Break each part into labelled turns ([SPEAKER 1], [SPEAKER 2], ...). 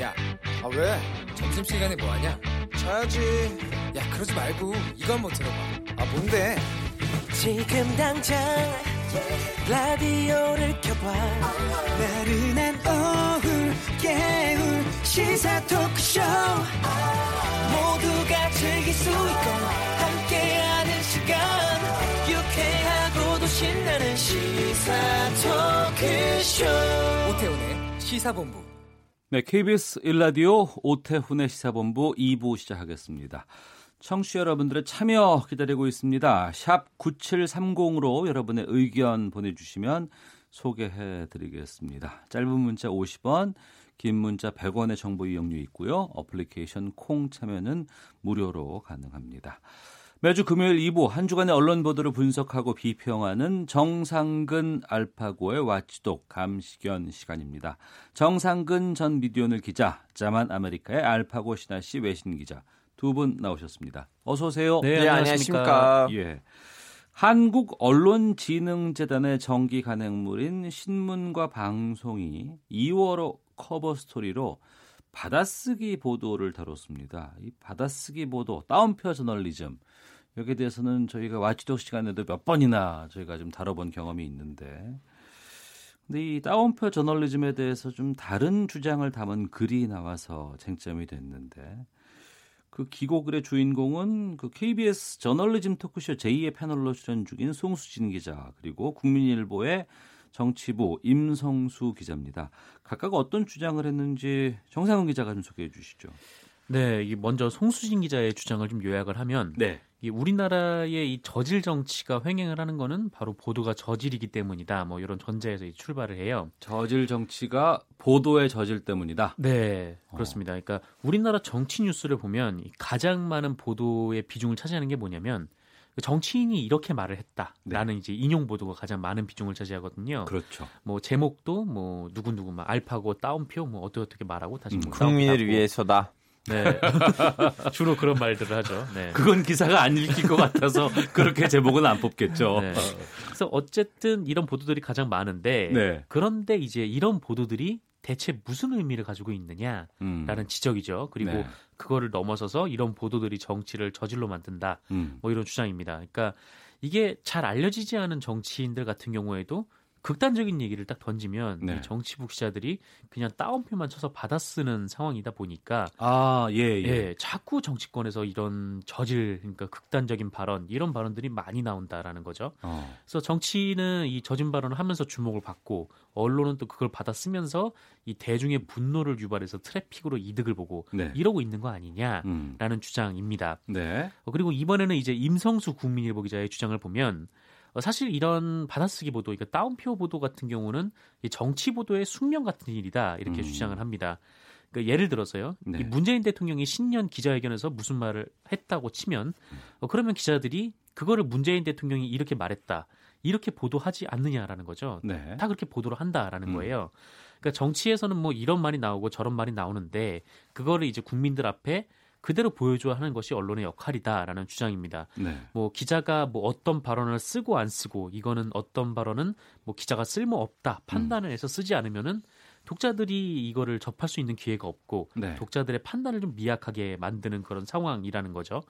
[SPEAKER 1] 야,
[SPEAKER 2] 아 왜?
[SPEAKER 1] 점심시간에 뭐하냐?
[SPEAKER 2] 자야지.
[SPEAKER 1] 야, 그러지 말고 이거 한번 들어봐.
[SPEAKER 2] 아 뭔데?
[SPEAKER 3] 지금 당장 라디오를 켜봐 나른한 오후 깨울 시사 토크쇼 모두가 즐길 수 있고 함께하는 시간 유쾌하고도 신나는 시사 토크쇼
[SPEAKER 1] 오태훈의 시사본부.
[SPEAKER 4] 네, KBS 일라디오 오태훈의 시사본부 2부 시작하겠습니다. 청취자 여러분들의 참여 기다리고 있습니다. 샵 9730으로 여러분의 의견 보내주시면 소개해드리겠습니다. 짧은 문자 50원, 긴 문자 100원의 정보 이용료 있고요. 어플리케이션 콩 참여는 무료로 가능합니다. 매주 금요일 2부 한 주간의 언론 보도를 분석하고 비평하는 정상근 알파고의 와치독 감시견 시간입니다. 정상근 전 미디어오늘 기자, 자만 아메리카의 알파고 신하 씨 외신 기자 두 분 나오셨습니다. 어서 오세요.
[SPEAKER 5] 네, 안녕하십니까.
[SPEAKER 4] 예. 한국 언론진흥재단의 정기 간행물인 신문과 방송이 2월호 커버 스토리로 받아쓰기 보도를 다뤘습니다. 이 받아쓰기 보도, 다운표 저널리즘 여기에 대해서는 저희가 와치독 시간에도 몇 번이나 저희가 좀 다뤄본 경험이 있는데 근데 이 다운표 저널리즘에 대해서 좀 다른 주장을 담은 글이 나와서 쟁점이 됐는데 그 기고글의 주인공은 그 KBS 저널리즘 토크쇼 제2의 패널로 출연 중인 송수진 기자 그리고 국민일보의 정치부 임성수 기자입니다. 각각 어떤 주장을 했는지 정상훈 기자가 좀 소개해 주시죠.
[SPEAKER 5] 네, 이 먼저 송수진 기자의 주장을 좀 요약을 하면
[SPEAKER 4] 네.
[SPEAKER 5] 이 우리나라의 이 저질 정치가 횡행을 하는 거는 바로 보도가 저질이기 때문이다. 뭐 이런 전제에서 이 출발을 해요.
[SPEAKER 4] 저질 정치가 보도의 저질 때문이다.
[SPEAKER 5] 네, 그렇습니다. 그러니까 우리나라 정치 뉴스를 보면 이 가장 많은 보도의 비중을 차지하는 게 뭐냐면 정치인이 이렇게 말을 했다라는 이제 인용 보도가 가장 많은 비중을 차지하거든요.
[SPEAKER 4] 네. 그렇죠.
[SPEAKER 5] 뭐 제목도 뭐 누구 누구 막 알파고 따옴표 뭐 어떻게 어떻게 말하고
[SPEAKER 4] 음.
[SPEAKER 5] 다시 뭐
[SPEAKER 6] 국민을
[SPEAKER 5] 따옴표.
[SPEAKER 6] 위해서다.
[SPEAKER 5] 네 주로 그런 말들을 하죠. 네.
[SPEAKER 4] 그건 기사가 안 읽힐 것 같아서 그렇게 제목은 안 뽑겠죠.
[SPEAKER 5] 네. 그래서 어쨌든 이런 보도들이 가장 많은데
[SPEAKER 4] 네.
[SPEAKER 5] 그런데 이제 이런 보도들이 대체 무슨 의미를 가지고 있느냐라는
[SPEAKER 4] 음.
[SPEAKER 5] 지적이죠. 그리고
[SPEAKER 4] 네.
[SPEAKER 5] 그거를 넘어서서 이런 보도들이 정치를 저질로 만든다.
[SPEAKER 4] 음.
[SPEAKER 5] 뭐 이런 주장입니다. 그러니까 이게 잘 알려지지 않은 정치인들 같은 경우에도 극단적인 얘기를 딱 던지면
[SPEAKER 4] 네.
[SPEAKER 5] 이 정치부 기자들이 그냥 따옴표만 쳐서 받아쓰는 상황이다 보니까
[SPEAKER 4] 아, 예, 예.
[SPEAKER 5] 예, 자꾸 정치권에서 이런 저질 그러니까 극단적인 발언 이런 발언들이 많이 나온다라는 거죠.
[SPEAKER 4] 어.
[SPEAKER 5] 그래서 정치인은 이 저진 발언을 하면서 주목을 받고 언론은 또 그걸 받아 쓰면서 이 대중의 분노를 유발해서 트래픽으로 이득을 보고
[SPEAKER 4] 네.
[SPEAKER 5] 이러고 있는 거 아니냐라는
[SPEAKER 4] 음.
[SPEAKER 5] 주장입니다.
[SPEAKER 4] 네.
[SPEAKER 5] 어, 그리고 이번에는 이제 임성수 국민일보 기자의 주장을 보면 어, 사실 이런 받아쓰기 보도, 그러니까 다운표 보도 같은 경우는 이 정치 보도의 숙명 같은 일이다
[SPEAKER 4] 음.
[SPEAKER 5] 이렇게 주장을 합니다. 그러니까 예를 들어서요,
[SPEAKER 4] 네.
[SPEAKER 5] 이 문재인 대통령이 신년 기자회견에서 무슨 말을 했다고 치면 어, 그러면 기자들이 그거를 문재인 대통령이 이렇게 말했다 이렇게 보도하지 않느냐라는 거죠.
[SPEAKER 4] 네.
[SPEAKER 5] 다 그렇게 보도를 한다라는
[SPEAKER 4] 음.
[SPEAKER 5] 거예요. 그러니까 정치에서는 뭐 이런 말이 나오고 저런 말이 나오는데 그거를 이제 국민들 앞에 그대로 보여줘야 하는 것이 언론의 역할이다라는 주장입니다.
[SPEAKER 4] 네.
[SPEAKER 5] 뭐 기자가 뭐 어떤 발언을 쓰고 안 쓰고 이거는 어떤 발언은 뭐 기자가 쓸모 없다
[SPEAKER 4] 음.
[SPEAKER 5] 판단을 해서 쓰지 않으면은 독자들이 이거를 접할 수 있는 기회가 없고
[SPEAKER 4] 네.
[SPEAKER 5] 독자들의 판단을 좀 미약하게 만드는 그런 상황이라는 거죠.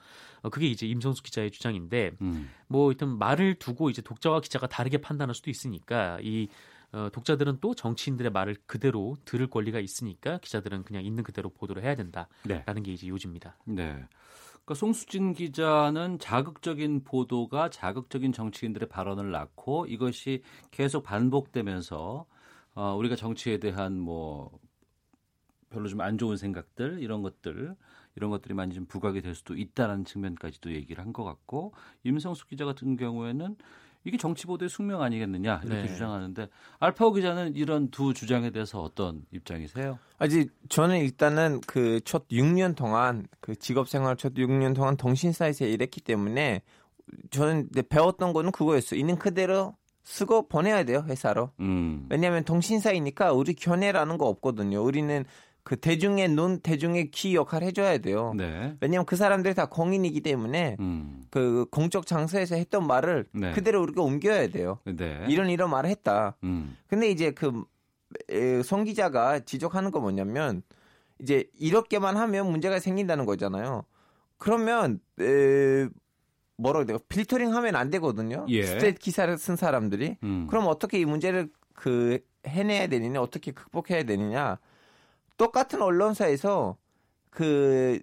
[SPEAKER 5] 어, 그게 이제 임성수 기자의 주장인데
[SPEAKER 4] 음.
[SPEAKER 5] 뭐 하여튼 말을 두고 이제 독자와 기자가 다르게 판단할 수도 있으니까 이 어, 독자들은 또 정치인들의 말을 그대로 들을 권리가 있으니까 기자들은 그냥 있는 그대로 보도를 해야 된다라는
[SPEAKER 4] 네.
[SPEAKER 5] 게 이제 요지입니다.
[SPEAKER 4] 네. 그러니까 송수진 기자는 자극적인 보도가 자극적인 정치인들의 발언을 낳고 이것이 계속 반복되면서 어, 우리가 정치에 대한 뭐 별로 좀 안 좋은 생각들 이런 것들 이런 것들이 많이 좀 부각이 될 수도 있다라는 측면까지도 얘기를 한 것 같고 임성숙 기자 같은 경우에는 이게 정치 보도의 숙명 아니겠느냐 이렇게
[SPEAKER 5] 네.
[SPEAKER 4] 주장하는데 알파오 기자는 이런 두 주장에 대해서 어떤 입장이세요?
[SPEAKER 6] 아직 저는 일단은 그 첫 6년 동안 그 직업 생활 첫 6년 동안 동신 사이트에 일했기 때문에 저는 이제 배웠던 거는 그거였어. 요 있는 그대로 쓰고 보내야 돼요 회사로.
[SPEAKER 4] 음,
[SPEAKER 6] 왜냐하면 동신사이니까 우리 견해라는 거 없거든요. 우리는 그 대중의 눈, 대중의 귀 역할 해줘야 돼요.
[SPEAKER 4] 네,
[SPEAKER 6] 왜냐하면 그 사람들이 다 공인이기 때문에
[SPEAKER 4] 음,
[SPEAKER 6] 그 공적 장소에서 했던 말을
[SPEAKER 4] 네.
[SPEAKER 6] 그대로 우리가 옮겨야 돼요.
[SPEAKER 4] 네,
[SPEAKER 6] 이런 이런 말을 했다.
[SPEAKER 4] 음.
[SPEAKER 6] 근데 이제 그 송 기자가 지적하는 거 뭐냐면 이제 이렇게만 하면 문제가 생긴다는 거잖아요. 그러면 에, 뭐라고 해야 돼요? 필터링 하면 안 되거든요.
[SPEAKER 4] 예.
[SPEAKER 6] 스트릿 기사를 쓴 사람들이.
[SPEAKER 4] 음.
[SPEAKER 6] 그럼 어떻게 이 문제를 그 해내야 되느냐, 어떻게 극복해야 되느냐. 똑같은 언론사에서 그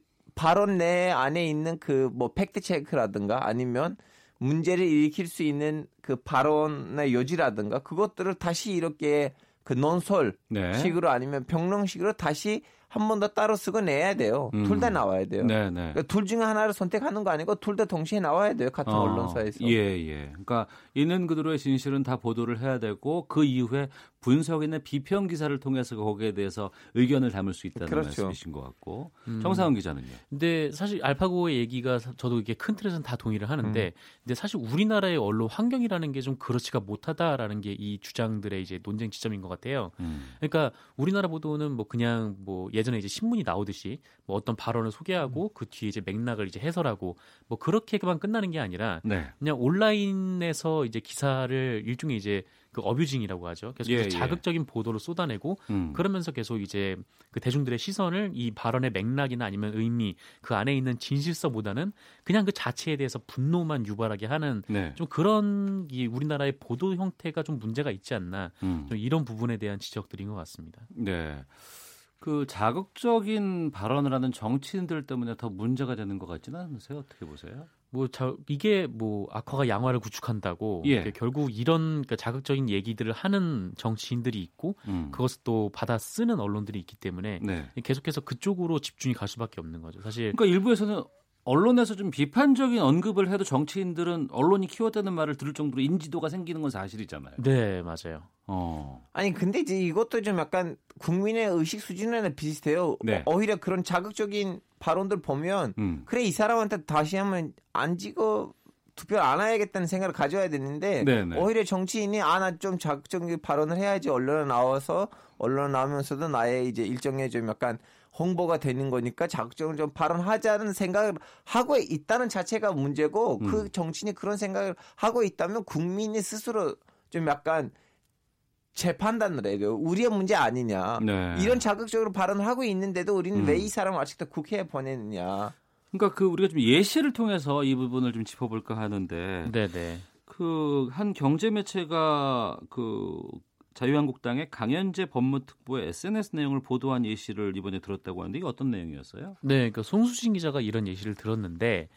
[SPEAKER 6] 발언 내 안에 있는 그 뭐 팩트 체크라든가 아니면 문제를 일으킬 수 있는 그 발언의 여지라든가 그것들을 다시 이렇게 그 논설
[SPEAKER 4] 네.
[SPEAKER 6] 식으로 아니면 평론식으로 다시 한 번 더 따로 쓰고 내야 돼요.
[SPEAKER 4] 음.
[SPEAKER 6] 둘 다 나와야 돼요.
[SPEAKER 4] 네, 네.
[SPEAKER 6] 그러니까 둘 중에 하나를 선택하는 거 아니고 둘 다 동시에 나와야 돼요. 같은
[SPEAKER 4] 어,
[SPEAKER 6] 언론사에서.
[SPEAKER 4] 예, 예. 그러니까 있는 그대로의 진실은 다 보도를 해야 되고 그 이후에 분석이나 비평 기사를 통해서 거기에 대해서 의견을 담을 수 있다는
[SPEAKER 6] 그렇죠.
[SPEAKER 4] 말씀이신 것 같고
[SPEAKER 5] 음.
[SPEAKER 4] 정상훈 기자는요.
[SPEAKER 5] 근데 사실 알파고의 얘기가 사- 저도 이게 큰 틀에서는 다 동의를 하는데 근데 사실 우리나라의 언론 환경이라는 게 좀 그렇지가 못하다라는 게 이 주장들의 이제 논쟁 지점인 것 같아요.
[SPEAKER 4] 음.
[SPEAKER 5] 그러니까 우리나라 보도는 뭐 그냥 뭐 예전에 이제 신문이 나오듯이 뭐 어떤 발언을 소개하고 그 뒤에 이제 맥락을 이제 해설하고 뭐 그렇게만 끝나는 게 아니라
[SPEAKER 4] 네.
[SPEAKER 5] 그냥 온라인에서 이제 기사를 일종의 이제 그 어뷰징이라고 하죠. 계속
[SPEAKER 4] 예,
[SPEAKER 5] 해서
[SPEAKER 4] 예.
[SPEAKER 5] 자극적인 보도로 쏟아내고
[SPEAKER 4] 음.
[SPEAKER 5] 그러면서 계속 이제 그 대중들의 시선을 이 발언의 맥락이나 아니면 의미 그 안에 있는 진실성보다는 그냥 그 자체에 대해서 분노만 유발하게 하는
[SPEAKER 4] 네.
[SPEAKER 5] 좀 그런 이 우리나라의 보도 형태가 좀 문제가 있지 않나
[SPEAKER 4] 음.
[SPEAKER 5] 좀 이런 부분에 대한 지적들인 것 같습니다.
[SPEAKER 4] 네. 그 자극적인 발언을 하는 정치인들 때문에 더 문제가 되는 것 같지는 않으세요? 어떻게 보세요?
[SPEAKER 5] 뭐 자, 이게 뭐 악화가 양화를 구축한다고
[SPEAKER 4] 예.
[SPEAKER 5] 이게 결국 이런 그 자극적인 얘기들을 하는 정치인들이 있고
[SPEAKER 4] 음.
[SPEAKER 5] 그것을 또 받아 쓰는 언론들이 있기 때문에
[SPEAKER 4] 네.
[SPEAKER 5] 계속해서 그쪽으로 집중이 갈 수밖에 없는 거죠. 사실
[SPEAKER 4] 그러니까 일부에서는 언론에서 좀 비판적인 언급을 해도 정치인들은 언론이 키웠다는 말을 들을 정도로 인지도가 생기는 건 사실이잖아요.
[SPEAKER 5] 네 맞아요.
[SPEAKER 4] 어.
[SPEAKER 6] 아니 근데 이제 이것도 좀 약간 국민의 의식 수준에는 비슷해요.
[SPEAKER 4] 네.
[SPEAKER 6] 어, 오히려 그런 자극적인 발언들 보면
[SPEAKER 4] 음.
[SPEAKER 6] 그래 이 사람한테 다시 한번 안 찍어 투표 안 해야겠다는 생각을 가져야 되는데
[SPEAKER 4] 네네.
[SPEAKER 6] 오히려 정치인이 아나좀 자극적인 발언을 해야지 언론에 나와서 언론에 나오면서도 나의 이제 일정에 좀 약간 홍보가 되는 거니까 자극적으로 좀 발언하자는 생각을 하고 있다는 자체가 문제고
[SPEAKER 4] 음.
[SPEAKER 6] 그 정치인이 그런 생각을 하고 있다면 국민이 스스로 좀 약간 재판단을 해요. 우리의 문제 아니냐.
[SPEAKER 4] 네.
[SPEAKER 6] 이런 자극적으로 발언을 하고 있는데도 우리는
[SPEAKER 4] 음.
[SPEAKER 6] 왜 이 사람을 아직도 국회에 보내느냐.
[SPEAKER 4] 그러니까 그 우리가 좀 예시를 통해서 이 부분을 좀 짚어볼까 하는데
[SPEAKER 5] 네네.
[SPEAKER 4] 그 한 경제 매체가 그 자유한국당의 강현재 법무특보의 SNS 내용을 보도한 예시를 이번에 들었다고 하는데 이게 어떤 내용이었어요?
[SPEAKER 5] 네, 그 송수진 기자가 이런 예시를 들었는데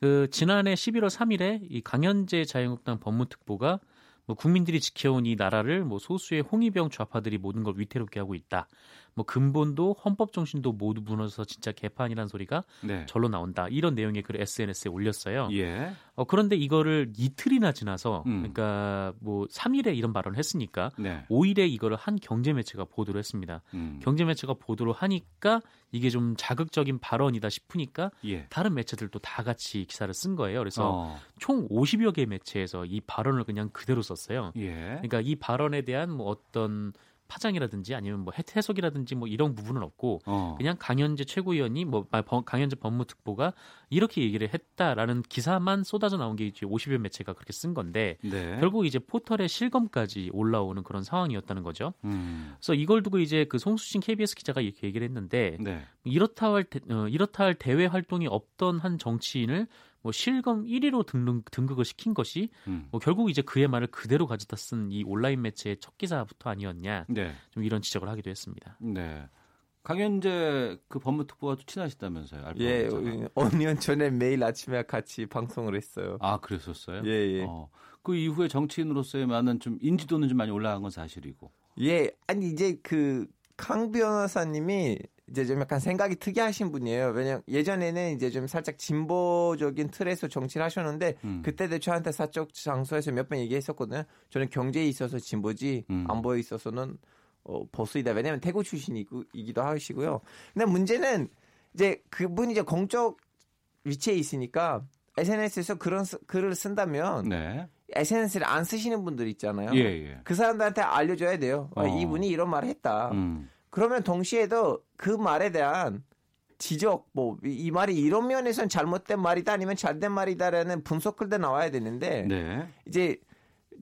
[SPEAKER 5] 그 지난해 11월 3일에 이 강현재 자유한국당 법무특보가 뭐 국민들이 지켜온 이 나라를 뭐 소수의 홍위병 좌파들이 모든 걸 위태롭게 하고 있다. 뭐 근본도 헌법 정신도 모두 무너져서 진짜 개판이란 소리가
[SPEAKER 4] 네.
[SPEAKER 5] 절로 나온다. 이런 내용의 글을 SNS에 올렸어요.
[SPEAKER 4] 예.
[SPEAKER 5] 어, 그런데 이거를 이틀이나 지나서
[SPEAKER 4] 음.
[SPEAKER 5] 그러니까 뭐 3일에 이런 발언을 했으니까
[SPEAKER 4] 네.
[SPEAKER 5] 5일에 이거를 한 경제 매체가 보도를 했습니다.
[SPEAKER 4] 음.
[SPEAKER 5] 경제 매체가 보도를 하니까 이게 좀 자극적인 발언이다 싶으니까
[SPEAKER 4] 예.
[SPEAKER 5] 다른 매체들도 다 같이 기사를 쓴 거예요. 그래서
[SPEAKER 4] 어,
[SPEAKER 5] 총 50여 개 매체에서 이 발언을 그냥 그대로 썼어요.
[SPEAKER 4] 예.
[SPEAKER 5] 그러니까 이 발언에 대한 뭐 어떤 파장이라든지 아니면 뭐 해- 해석이라든지 뭐 이런 부분은 없고
[SPEAKER 4] 어.
[SPEAKER 5] 그냥 강현재 최고위원이 뭐 아, 범- 강현재 법무특보가 이렇게 얘기를 했다라는 기사만 쏟아져 나온 게 이제 50여 매체가 그렇게 쓴 건데
[SPEAKER 4] 네.
[SPEAKER 5] 결국 이제 포털의 실검까지 올라오는 그런 상황이었다는 거죠.
[SPEAKER 4] 음.
[SPEAKER 5] 그래서 이걸 두고 이제 그 송수진 KBS 기자가 이렇게 얘기를 했는데
[SPEAKER 4] 네.
[SPEAKER 5] 이렇다 할 대, 어, 이렇다 할 대외 활동이 없던 한 정치인을 뭐 실검 1위로 등록, 등극을 시킨 것이
[SPEAKER 4] 음.
[SPEAKER 5] 뭐 결국 이제 그의 말을 그대로 가져다 쓴 이 온라인 매체의 첫 기사부터 아니었냐
[SPEAKER 4] 네.
[SPEAKER 5] 좀 이런 지적을 하기도 했습니다.
[SPEAKER 4] 네. 강현재 그 법무특보와도 친하시다면서요? 알파고
[SPEAKER 6] 예,
[SPEAKER 4] 기자가.
[SPEAKER 6] 5년 전에 매일 아침에 같이 방송을 했어요.
[SPEAKER 4] 아, 그랬었어요?
[SPEAKER 6] 예, 예.
[SPEAKER 4] 어. 그 이후에 정치인으로서의 많은 좀 인지도는 좀 많이 올라간 건 사실이고.
[SPEAKER 6] 예, 아니 이제 그 강 변호사님이 이제 좀 약간 생각이 특이하신 분이에요. 왜냐면 예전에는 이제 좀 살짝 진보적인 틀에서 정치를 하셨는데
[SPEAKER 4] 음.
[SPEAKER 6] 그때도 저한테 사적 장소에서 몇 번 얘기했었거든요. 저는 경제에 있어서 진보지
[SPEAKER 4] 음.
[SPEAKER 6] 안보에 있어서는 어, 보수이다. 왜냐면 태국 출신이기도 하시고요. 근데 문제는 이제 그분이 이제 공적 위치에 있으니까 SNS에서 그런 쓰- 글을 쓴다면
[SPEAKER 4] 네.
[SPEAKER 6] SNS를 안 쓰시는 분들 있잖아요.
[SPEAKER 4] 예, 예.
[SPEAKER 6] 그 사람들한테 알려줘야 돼요. 아,
[SPEAKER 4] 어.
[SPEAKER 6] 이분이 이런 말을 했다.
[SPEAKER 4] 음.
[SPEAKER 6] 그러면 동시에도 그 말에 대한 지적, 뭐, 이, 이 말이 이런 면에선 잘못된 말이다 아니면 잘된 말이다라는 분석글도 나와야 되는데
[SPEAKER 4] 네.
[SPEAKER 6] 이제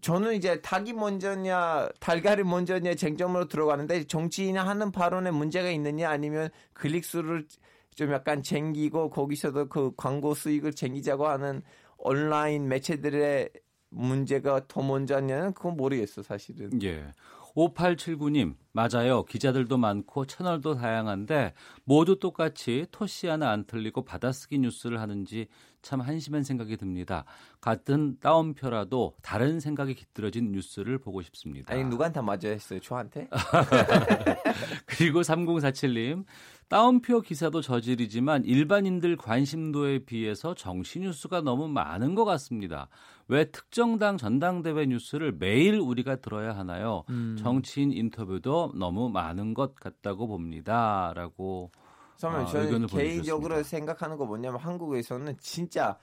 [SPEAKER 6] 저는 이제 닭이 먼저냐 달걀이 먼저냐 쟁점으로 들어가는데 정치인이 하는 발언에 문제가 있느냐 아니면 클릭수를 좀 약간 쟁기고 거기서도 그 광고 수익을 쟁기자고 하는 온라인 매체들의 문제가 더 먼저냐는 그건 모르겠어 사실은.
[SPEAKER 4] 예. 5879님, 맞아요. 기자들도 많고 채널도 다양한데 모두 똑같이 토시 하나 안 틀리고 받아쓰기 뉴스를 하는지 참 한심한 생각이 듭니다. 같은 따옴표라도 다른 생각이 깃들어진 뉴스를 보고 싶습니다.
[SPEAKER 6] 아니 누구한테 맞아 했어요? 저한테?
[SPEAKER 4] 그리고 3047님, 따옴표 기사도 저질이지만 일반인들 관심도에 비해서 정치 뉴스가 너무 많은 것 같습니다. 왜 특정 당 전당대회 뉴스를 매일 우리가 들어야 하나요? 정치인 인터뷰도 너무 많은 것 같다고 봅니다. 라고.
[SPEAKER 6] 선배님
[SPEAKER 4] 아,
[SPEAKER 6] 저는
[SPEAKER 4] 의견을
[SPEAKER 6] 개인적으로
[SPEAKER 4] 보내주셨습니다.
[SPEAKER 6] 생각하는 거 뭐냐면 한국에서는 진짜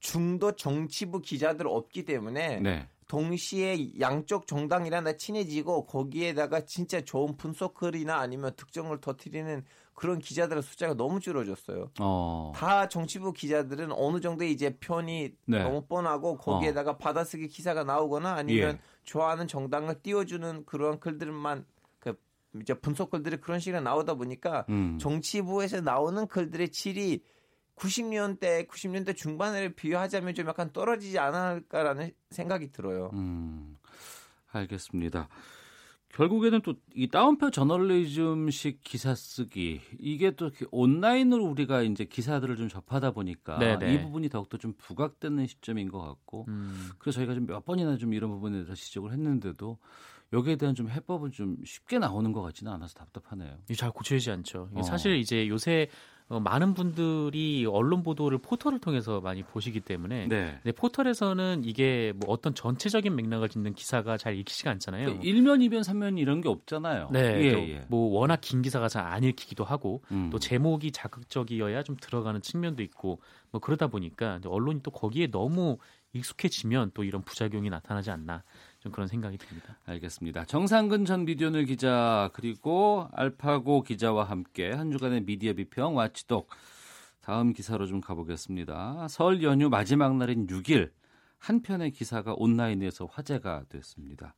[SPEAKER 6] 중도 정치부 기자들 없기 때문에
[SPEAKER 4] 네.
[SPEAKER 6] 동시에 양쪽 정당이랑 다 친해지고 거기에다가 진짜 좋은 분석글이나 아니면 특정을 터트리는 그런 기자들의 숫자가 너무 줄어졌어요.
[SPEAKER 4] 어.
[SPEAKER 6] 다 정치부 기자들은 어느 정도 이제 편이
[SPEAKER 4] 네. 어.
[SPEAKER 6] 너무 뻔하고 거기에다가 받아쓰기 기사가 나오거나 아니면
[SPEAKER 4] 예.
[SPEAKER 6] 좋아하는 정당을 띄워주는 그러한 글들만 그 이제 분석글들이 그런 식으로 나오다 보니까
[SPEAKER 4] 음.
[SPEAKER 6] 정치부에서 나오는 글들의 질이 90년대, 90년대 중반을 비유하자면 좀 약간 떨어지지 않을까라는 생각이 들어요.
[SPEAKER 4] 음, 알겠습니다. 결국에는 또 이 다운표 저널리즘식 기사 쓰기 이게 또 이렇게 온라인으로 우리가 이제 기사들을 좀 접하다 보니까
[SPEAKER 5] 네네.
[SPEAKER 4] 이 부분이 더욱더 좀 부각되는 시점인 것 같고
[SPEAKER 5] 음.
[SPEAKER 4] 그래서 저희가 좀 몇 번이나 좀 이런 부분에 대해서 지적을 했는데도 여기에 대한 좀 해법은 좀 쉽게 나오는 것 같지는 않아서 답답하네요.
[SPEAKER 5] 이게 잘 고쳐지지 않죠. 이게
[SPEAKER 4] 어.
[SPEAKER 5] 사실 이제 요새 어, 많은 분들이 언론 보도를 포털을 통해서 많이 보시기 때문에
[SPEAKER 4] 네.
[SPEAKER 5] 근데 포털에서는 이게 뭐 어떤 전체적인 맥락을 짓는 기사가 잘 읽히지가 않잖아요.
[SPEAKER 4] 그러니까 일면, 이면, 삼면 이런 게 없잖아요.
[SPEAKER 5] 네,
[SPEAKER 4] 예,
[SPEAKER 5] 또
[SPEAKER 4] 예.
[SPEAKER 5] 뭐 워낙 긴 기사가 잘 안 읽히기도 하고
[SPEAKER 4] 음.
[SPEAKER 5] 또 제목이 자극적이어야 좀 들어가는 측면도 있고 뭐 그러다 보니까 이제 언론이 또 거기에 너무 익숙해지면 또 이런 부작용이 나타나지 않나 좀 그런 생각이 듭니다.
[SPEAKER 4] 알겠습니다. 정상근 전 미디어널 기자 그리고 알파고 기자와 함께 한 주간의 미디어 비평 와치독 다음 기사로 좀 가보겠습니다. 설 연휴 마지막 날인 6일 한 편의 기사가 온라인에서 화제가 됐습니다.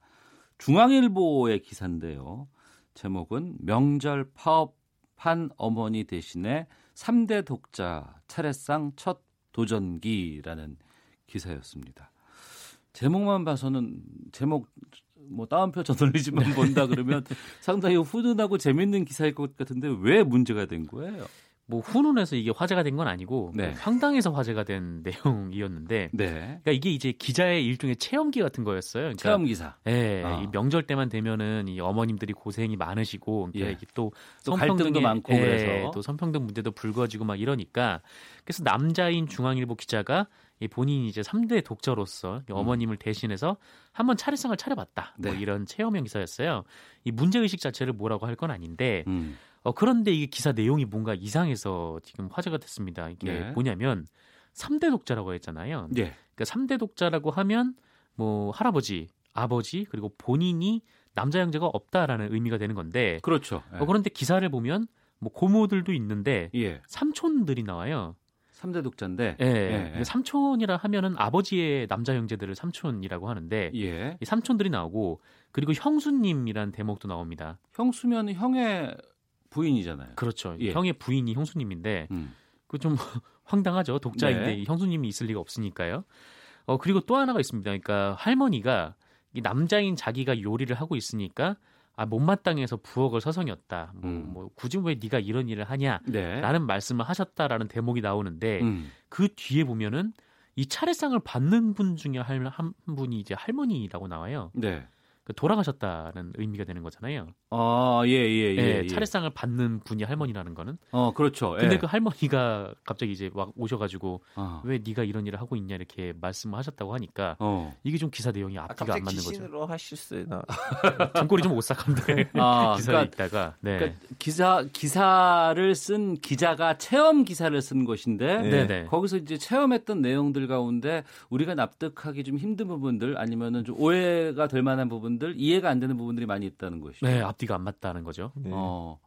[SPEAKER 4] 중앙일보의 기사인데요. 제목은 명절 파업한 어머니 대신에 3대 독자 차례상 첫 도전기라는 기사였습니다. 제목만 봐서는 제목 뭐 따옴표
[SPEAKER 5] 네.
[SPEAKER 4] 저널리즘만 본다 그러면 상당히 훈훈하고 재밌는 기사일 것 같은데 왜 문제가 된 거예요?
[SPEAKER 5] 뭐 훈훈해서 이게 화제가 된 건 아니고 뭐
[SPEAKER 4] 네.
[SPEAKER 5] 황당해서 화제가 된 내용이었는데
[SPEAKER 4] 네.
[SPEAKER 5] 그러니까 이게 이제 기자의 일종의 체험기 같은 거였어요. 그러니까
[SPEAKER 4] 체험 기사.
[SPEAKER 5] 예,
[SPEAKER 4] 아.
[SPEAKER 5] 이 명절 때만 되면은 이 어머님들이 고생이 많으시고 그러니까
[SPEAKER 4] 예.
[SPEAKER 5] 이게 또,
[SPEAKER 4] 또
[SPEAKER 5] 성평등의-
[SPEAKER 4] 갈등도 많고
[SPEAKER 5] 예,
[SPEAKER 4] 그래서.
[SPEAKER 5] 또 성평등 문제도 불거지고 막 이러니까 그래서 남자인 중앙일보 기자가 이 본인이 이제 3대 독자로서 이 어머님을 대신해서 한번 차례상을 차려봤다 뭐
[SPEAKER 4] 음. 네.
[SPEAKER 5] 이런 체험형 기사였어요. 이 문제 의식 자체를 뭐라고 할 건 아닌데
[SPEAKER 4] 음.
[SPEAKER 5] 어, 그런데 이게 기사 내용이 뭔가 이상해서 지금 화제가 됐습니다. 이게
[SPEAKER 4] 네.
[SPEAKER 5] 뭐냐면 3대 독자라고 했잖아요.
[SPEAKER 4] 예.
[SPEAKER 5] 그러니까 3대 독자라고 하면 뭐 할아버지, 아버지 그리고 본인이 남자 형제가 없다라는 의미가 되는 건데
[SPEAKER 4] 그렇죠.
[SPEAKER 5] 어, 그런데 기사를 보면 뭐 고모들도 있는데
[SPEAKER 4] 예.
[SPEAKER 5] 삼촌들이 나와요.
[SPEAKER 4] 삼대 독자인데.
[SPEAKER 5] 예.
[SPEAKER 4] 예.
[SPEAKER 5] 삼촌이라 하면은 아버지의 남자 형제들을 삼촌이라고 하는데
[SPEAKER 4] 예.
[SPEAKER 5] 이 삼촌들이 나오고 그리고 형수님이란 대목도 나옵니다.
[SPEAKER 4] 형수면 형의 부인이잖아요.
[SPEAKER 5] 그렇죠.
[SPEAKER 4] 예.
[SPEAKER 5] 형의 부인이 형수님인데
[SPEAKER 4] 음.
[SPEAKER 5] 그 좀 황당하죠. 독자인데
[SPEAKER 4] 네.
[SPEAKER 5] 이 형수님이 있을 리가 없으니까요. 어 그리고 또 하나가 있습니다. 그러니까 할머니가 이 남자인 자기가 요리를 하고 있으니까 아 못마땅해서 부엌을 서성였다. 뭐,
[SPEAKER 4] 음.
[SPEAKER 5] 뭐 굳이 왜 네가 이런 일을 하냐라는
[SPEAKER 4] 네.
[SPEAKER 5] 말씀을 하셨다라는 대목이 나오는데
[SPEAKER 4] 음.
[SPEAKER 5] 그 뒤에 보면은 이 차례상을 받는 분 중에 할- 한 분이 이제 할머니라고 나와요.
[SPEAKER 4] 네.
[SPEAKER 5] 그러니까 돌아가셨다는 의미가 되는 거잖아요.
[SPEAKER 4] 아, 예, 예, 예.
[SPEAKER 5] 예,
[SPEAKER 4] 예.
[SPEAKER 5] 차례상을 받는 분이 할머니라는 거는.
[SPEAKER 4] 어, 그렇죠.
[SPEAKER 5] 근데
[SPEAKER 4] 예.
[SPEAKER 5] 그 할머니가 갑자기 이제 와 오셔가지고
[SPEAKER 4] 아.
[SPEAKER 5] 왜 네가 이런 일을 하고 있냐 이렇게 말씀을 하셨다고 하니까
[SPEAKER 4] 어.
[SPEAKER 5] 이게 좀 기사 내용이
[SPEAKER 6] 아,
[SPEAKER 5] 앞뒤가
[SPEAKER 6] 갑자기
[SPEAKER 5] 안 맞는 거죠.
[SPEAKER 6] 귀신으로 하실 수 있나?
[SPEAKER 5] 등골이 좀 오싹한데
[SPEAKER 4] 아,
[SPEAKER 5] 기사를
[SPEAKER 4] 그러니까
[SPEAKER 5] 읽다가 네.
[SPEAKER 4] 그러니까 기사 기사를 쓴 기자가 체험 기사를 쓴 것인데
[SPEAKER 5] 네. 네
[SPEAKER 4] 거기서 이제 체험했던 내용들 가운데 우리가 납득하기 좀 힘든 부분들 아니면은 좀 오해가 될 만한 부분들 이해가 안 되는 부분들이 많이 있다는 것이죠.
[SPEAKER 5] 네, 앞뒤가 안 맞다는 거죠.
[SPEAKER 6] 네.
[SPEAKER 4] 어.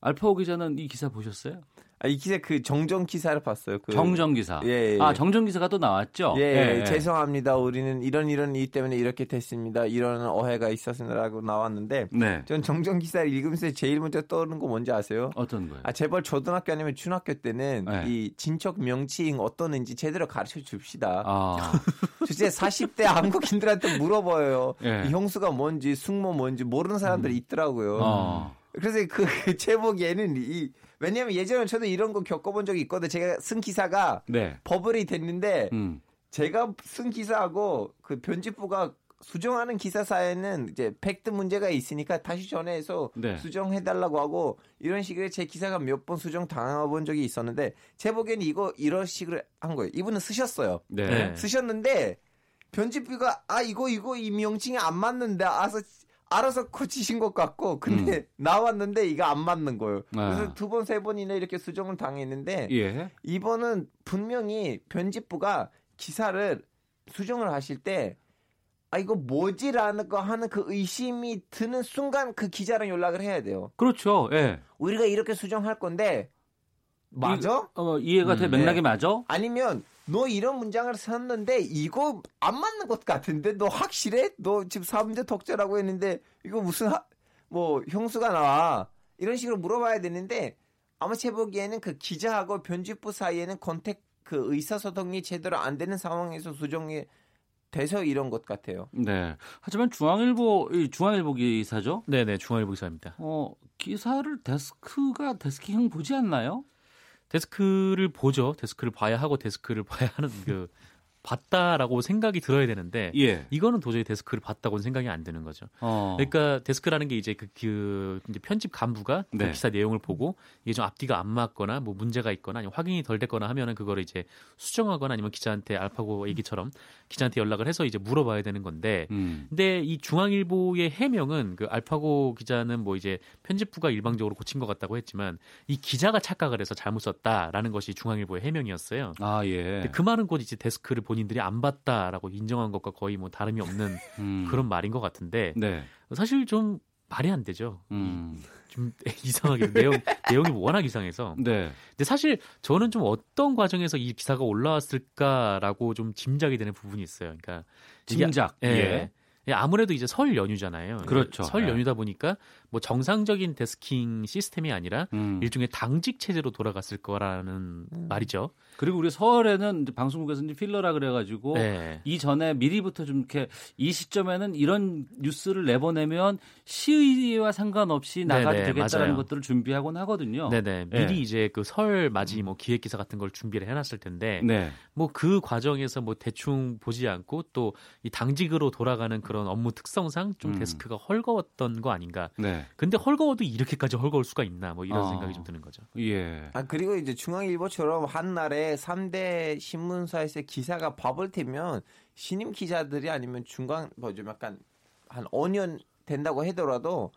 [SPEAKER 4] 알파오 기자는 이 기사 보셨어요?
[SPEAKER 6] 아, 이 기사 그 정정 기사를 봤어요. 그
[SPEAKER 4] 정정 기사.
[SPEAKER 6] 예, 예.
[SPEAKER 4] 아 정정 기사가 또 나왔죠. 네.
[SPEAKER 6] 예, 예, 죄송합니다. 우리는 이런 이런 이유 때문에 이렇게 됐습니다. 이런 어해가 있었으라고 나왔는데
[SPEAKER 4] 네.
[SPEAKER 6] 전 정정 기사를 읽으면서 제일 먼저 떠오르는 거 뭔지 아세요?
[SPEAKER 4] 어떤 거예요?
[SPEAKER 6] 아 제발 초등학교 아니면 중학교 때는
[SPEAKER 4] 네.
[SPEAKER 6] 이 진척 명칭 어떠는지 제대로 가르쳐 줍시다.
[SPEAKER 4] 아,
[SPEAKER 6] 진짜 40대 한국인들한테 물어봐요.
[SPEAKER 4] 예.
[SPEAKER 6] 이 형수가 뭔지 숙모 뭔지 모르는 사람들이 있더라고요.
[SPEAKER 4] 음. 어.
[SPEAKER 6] 그래서 그 제목에는 이 왜냐면 예전에 저도 이런 거 겪어본 적이 있거든요. 제가 쓴 기사가
[SPEAKER 5] 음.
[SPEAKER 4] 네.
[SPEAKER 6] 버블이 됐는데
[SPEAKER 4] 음.
[SPEAKER 6] 제가 쓴 기사하고 그 편집부가 수정하는 기사 사이에는 이제 팩트 문제가 있으니까 다시 전화해서
[SPEAKER 4] 네.
[SPEAKER 6] 수정해달라고 하고 이런 식으로 제 기사가 몇 번 수정 당해본 적이 있었는데 제 보기에는 이거 이런 식으로 한 거예요. 이분은 쓰셨어요.
[SPEAKER 4] 네.
[SPEAKER 5] 네.
[SPEAKER 6] 쓰셨는데 편집부가 아 이거 이거 이 명칭이 안 맞는데 알아서 알아서 고치신 것 같고 근데 나왔는데 이거 안 맞는 거예요. 그래서
[SPEAKER 4] 아.
[SPEAKER 6] 두 번 세 번이나 이렇게 수정을 당했는데
[SPEAKER 4] 예.
[SPEAKER 6] 이번은 분명히 편집부가 기사를 수정을 하실 때 아, 이거 뭐지라는 거 하는 그 의심이 드는 순간 그 기자랑 연락을 해야 돼요.
[SPEAKER 4] 그렇죠. 예.
[SPEAKER 6] 우리가 이렇게 수정할 건데, 맞아?
[SPEAKER 4] 어, 이해가 돼
[SPEAKER 5] 음,
[SPEAKER 4] 맥락이 맞아?
[SPEAKER 6] 아니면, 너 이런 문장을 썼는데, 이거 안 맞는 것 같은데? 너 확실해? 너 지금 사문제 독재라고 했는데, 이거 무슨, 하- 뭐, 형수가 나와. 이런 식으로 물어봐야 되는데, 아마 제 보기에는 그 기자하고 편집부 사이에는 컨택, 그 의사소통이 제대로 안 되는 상황에서 수정이 돼서 이런 것 같아요.
[SPEAKER 4] 네. 하지만 중앙일보 이 중앙일보 기사죠.
[SPEAKER 5] 네, 네, 중앙일보 기사입니다.
[SPEAKER 4] 어, 기사를 데스크가 데스킹 보지 않나요?
[SPEAKER 5] 데스크를 보죠. 데스크를 봐야 하고 데스크를 봐야 하는 그 봤다라고 생각이 들어야 되는데
[SPEAKER 4] 예.
[SPEAKER 5] 이거는 도저히 데스크를 봤다고는 생각이 안 드는 거죠.
[SPEAKER 4] 어.
[SPEAKER 5] 그러니까 데스크라는 게 이제 그, 그 이제 편집 간부가 그
[SPEAKER 4] 네.
[SPEAKER 5] 기사 내용을 보고 이게 좀 앞뒤가 안 맞거나 뭐 문제가 있거나 아니면 확인이 덜 됐거나 하면은 그거를 이제 수정하거나 아니면 기자한테 알파고 얘기처럼 기자한테 연락을 해서 이제 물어봐야 되는 건데
[SPEAKER 4] 음.
[SPEAKER 5] 근데 이 중앙일보의 해명은 그 알파고 기자는 뭐 이제 편집부가 일방적으로 고친 것 같다고 했지만 이 기자가 착각을 해서 잘못 썼다라는 것이 중앙일보의 해명이었어요.
[SPEAKER 4] 아, 예.
[SPEAKER 5] 근데 그 말은 곧 이제 데스크를 본인들이 안 봤다라고 인정한 것과 거의 뭐 다름이 없는
[SPEAKER 4] 음.
[SPEAKER 5] 그런 말인 것 같은데
[SPEAKER 4] 네.
[SPEAKER 5] 사실 좀 말이 안 되죠.
[SPEAKER 4] 음.
[SPEAKER 5] 좀 이상하게 내용 내용이 워낙 이상해서.
[SPEAKER 4] 네.
[SPEAKER 5] 근데 사실 저는 좀 어떤 과정에서 이 기사가 올라왔을까라고 좀 짐작이 되는 부분이 있어요. 그러니까 이게
[SPEAKER 4] 짐작.
[SPEAKER 5] 예. 예, 아무래도 이제 설 연휴잖아요.
[SPEAKER 4] 그렇죠.
[SPEAKER 5] 설
[SPEAKER 4] 예.
[SPEAKER 5] 연휴다 보니까 뭐 정상적인 데스킹 시스템이 아니라
[SPEAKER 4] 음.
[SPEAKER 5] 일종의 당직 체제로 돌아갔을 거라는 말이죠.
[SPEAKER 4] 그리고 우리 서울에는 이제 방송국에서 이제 필러라 그래가지고
[SPEAKER 5] 네.
[SPEAKER 4] 이전에 미리부터 좀 이렇게 이 시점에는 이런 뉴스를 내보내면 시의와 상관없이 나가도
[SPEAKER 5] 네네,
[SPEAKER 4] 되겠다라는
[SPEAKER 5] 맞아요.
[SPEAKER 4] 것들을 준비하곤 하거든요.
[SPEAKER 5] 네네.
[SPEAKER 4] 예.
[SPEAKER 5] 미리 이제 그 설 맞이 뭐 기획 기사 같은 걸 준비를 해놨을 텐데
[SPEAKER 4] 네.
[SPEAKER 5] 뭐 그 과정에서 뭐 대충 보지 않고 또 이 당직으로 돌아가는 그런 업무 특성상 좀
[SPEAKER 4] 음.
[SPEAKER 5] 데스크가 헐거웠던 거 아닌가.
[SPEAKER 4] 네.
[SPEAKER 5] 근데 헐거워도 이렇게까지 헐거울 수가 있나 뭐 이런
[SPEAKER 4] 어.
[SPEAKER 5] 생각이 좀 드는 거죠.
[SPEAKER 4] 예.
[SPEAKER 6] 아 그리고 이제 중앙일보처럼 한 날에 3대 신문사에서 기사가 밥을 태면 신임 기자들이 아니면 중간 뭐좀 약간 한 5년 된다고 하더라도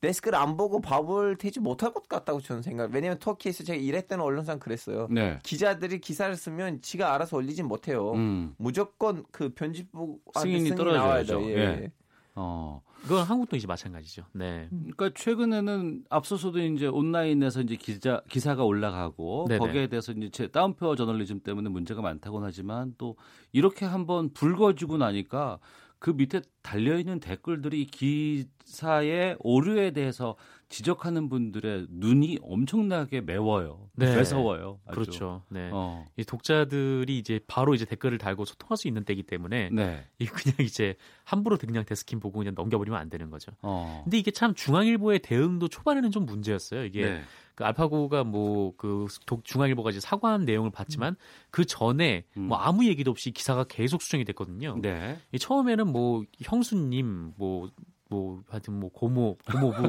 [SPEAKER 6] 데스크를 안 보고 밥을 태지 못할 것 같다고 저는 생각. 왜냐면 터키에서 제가 일했던 언론상 그랬어요.
[SPEAKER 4] 네.
[SPEAKER 6] 기자들이 기사를 쓰면 지가 알아서 올리진 못해요.
[SPEAKER 5] 어.
[SPEAKER 4] 음.
[SPEAKER 6] 무조건 그 편집부
[SPEAKER 4] 승인이 떨어져야죠.
[SPEAKER 6] 나와야죠. 예.
[SPEAKER 4] 예. 어.
[SPEAKER 5] 그건 한국도 이제 마찬가지죠. 네.
[SPEAKER 4] 그러니까 최근에는 앞서서도 이제 온라인에서 이제 기자 기사가 올라가고
[SPEAKER 5] 네네.
[SPEAKER 4] 거기에 대해서 이제 제 다운표 저널리즘 때문에 문제가 많다고는 하지만 또 이렇게 한번 불거지고 나니까 그 밑에 달려 있는 댓글들이 이 기사의 오류에 대해서 지적하는 분들의 눈이 엄청나게 매워요.
[SPEAKER 5] 네.
[SPEAKER 4] 매서워요. 아주.
[SPEAKER 5] 그렇죠. 네.
[SPEAKER 4] 어.
[SPEAKER 5] 이 독자들이 이제 바로 이제 댓글을 달고 소통할 수 있는 때이기 때문에
[SPEAKER 4] 네.
[SPEAKER 5] 이 그냥 이제 함부로 그냥 데스킨 보고 그냥 넘겨버리면 안 되는 거죠.
[SPEAKER 4] 어.
[SPEAKER 5] 근데 이게 참 중앙일보의 대응도 초반에는 좀 문제였어요. 이게
[SPEAKER 4] 네.
[SPEAKER 5] 그 알파고가 뭐그 중앙일보가 이제 사과한 내용을 봤지만 그 전에
[SPEAKER 4] 음.
[SPEAKER 5] 뭐 아무 얘기도 없이 기사가 계속 수정이 됐거든요.
[SPEAKER 4] 네.
[SPEAKER 5] 이 처음에는 뭐 형수님 뭐 뭐 하여튼 뭐 고모 고모부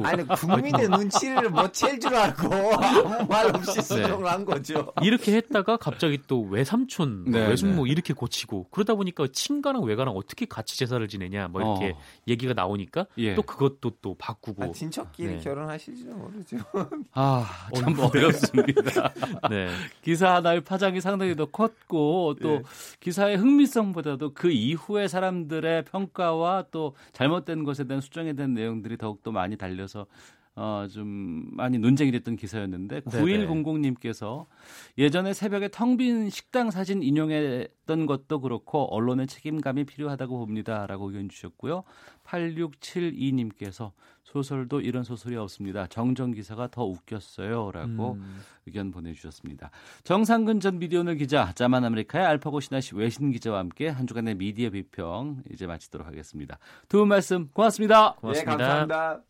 [SPEAKER 6] 아니 국민의 눈치를 뭐 챌 줄 알고 아무 말
[SPEAKER 4] 네.
[SPEAKER 6] 없이 수정을 한 거죠.
[SPEAKER 5] 이렇게 했다가 갑자기 또 외삼촌, 뭐
[SPEAKER 4] 네,
[SPEAKER 5] 외숙모 이렇게 고치고 그러다 보니까 친가랑 외가랑 어떻게 같이 제사를 지내냐 뭐 이렇게
[SPEAKER 4] 어.
[SPEAKER 5] 얘기가 나오니까
[SPEAKER 4] 예.
[SPEAKER 5] 또 그것도 또 바꾸고
[SPEAKER 6] 아, 친척끼리
[SPEAKER 5] 네.
[SPEAKER 6] 결혼하실지 모르죠.
[SPEAKER 4] 아, 참 어렵습니다.
[SPEAKER 5] 네.
[SPEAKER 4] 기사 하나의 파장이 상당히 더 컸고 또
[SPEAKER 6] 예.
[SPEAKER 4] 기사의 흥미성보다도 그 이후의 사람들의 평가와 또 잘못된 것에 대한 수정에 대한 내용들이 더욱더 많이 달려서 어, 좀 많이 논쟁이 됐던 기사였는데
[SPEAKER 5] 네네.
[SPEAKER 4] 9100님께서 예전에 새벽에 텅 빈 식당 사진 인용했던 것도 그렇고 언론의 책임감이 필요하다고 봅니다라고 의견 주셨고요. 8672님께서 소설도 이런 소설이 없습니다. 정정 기사가 더 웃겼어요라고
[SPEAKER 5] 음.
[SPEAKER 4] 의견 보내주셨습니다. 정상근 전 미디어오늘 기자, 짜만 아메리카의 알파고 신하씨 외신 기자와 함께 한 주간의 미디어 비평 이제 마치도록 하겠습니다. 두 분 말씀 고맙습니다.
[SPEAKER 5] 고맙습니다.
[SPEAKER 6] 네, 감사합니다.